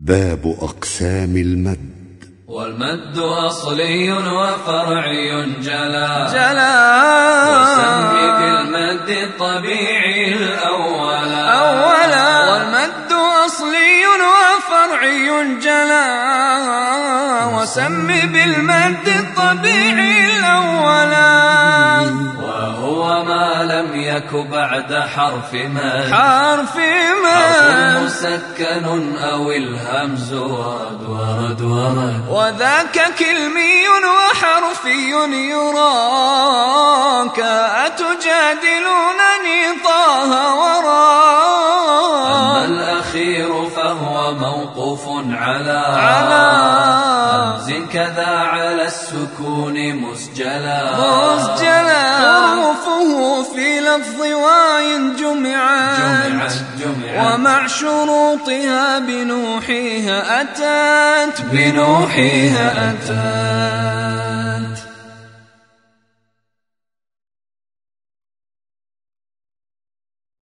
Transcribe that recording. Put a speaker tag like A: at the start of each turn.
A: باب أقسام المد
B: والمد أصلي وفرعي جلا
C: جلا
B: وسمي بالمد الطبيعي الأول
C: أولا والمد أصلي وفرعي جلا وسم بالمد الطبيعي الأولا
B: وهو ما لم يك بعد حرف مد حرف
C: حرف من
B: مسكن أو الهمز ورد ورد ورد
C: وذاك كلمي وحرفي يراك أتجادلونني طه
B: أما
C: وراك
B: الأخير فهو موقوف على
C: على
B: همز كذا على السكون مسجلا
C: مسجلا حروفه في لفظ واي جمعت
B: جمعت جمعت
C: ومع شروطها بنوحيها أتت بنوحيها أتت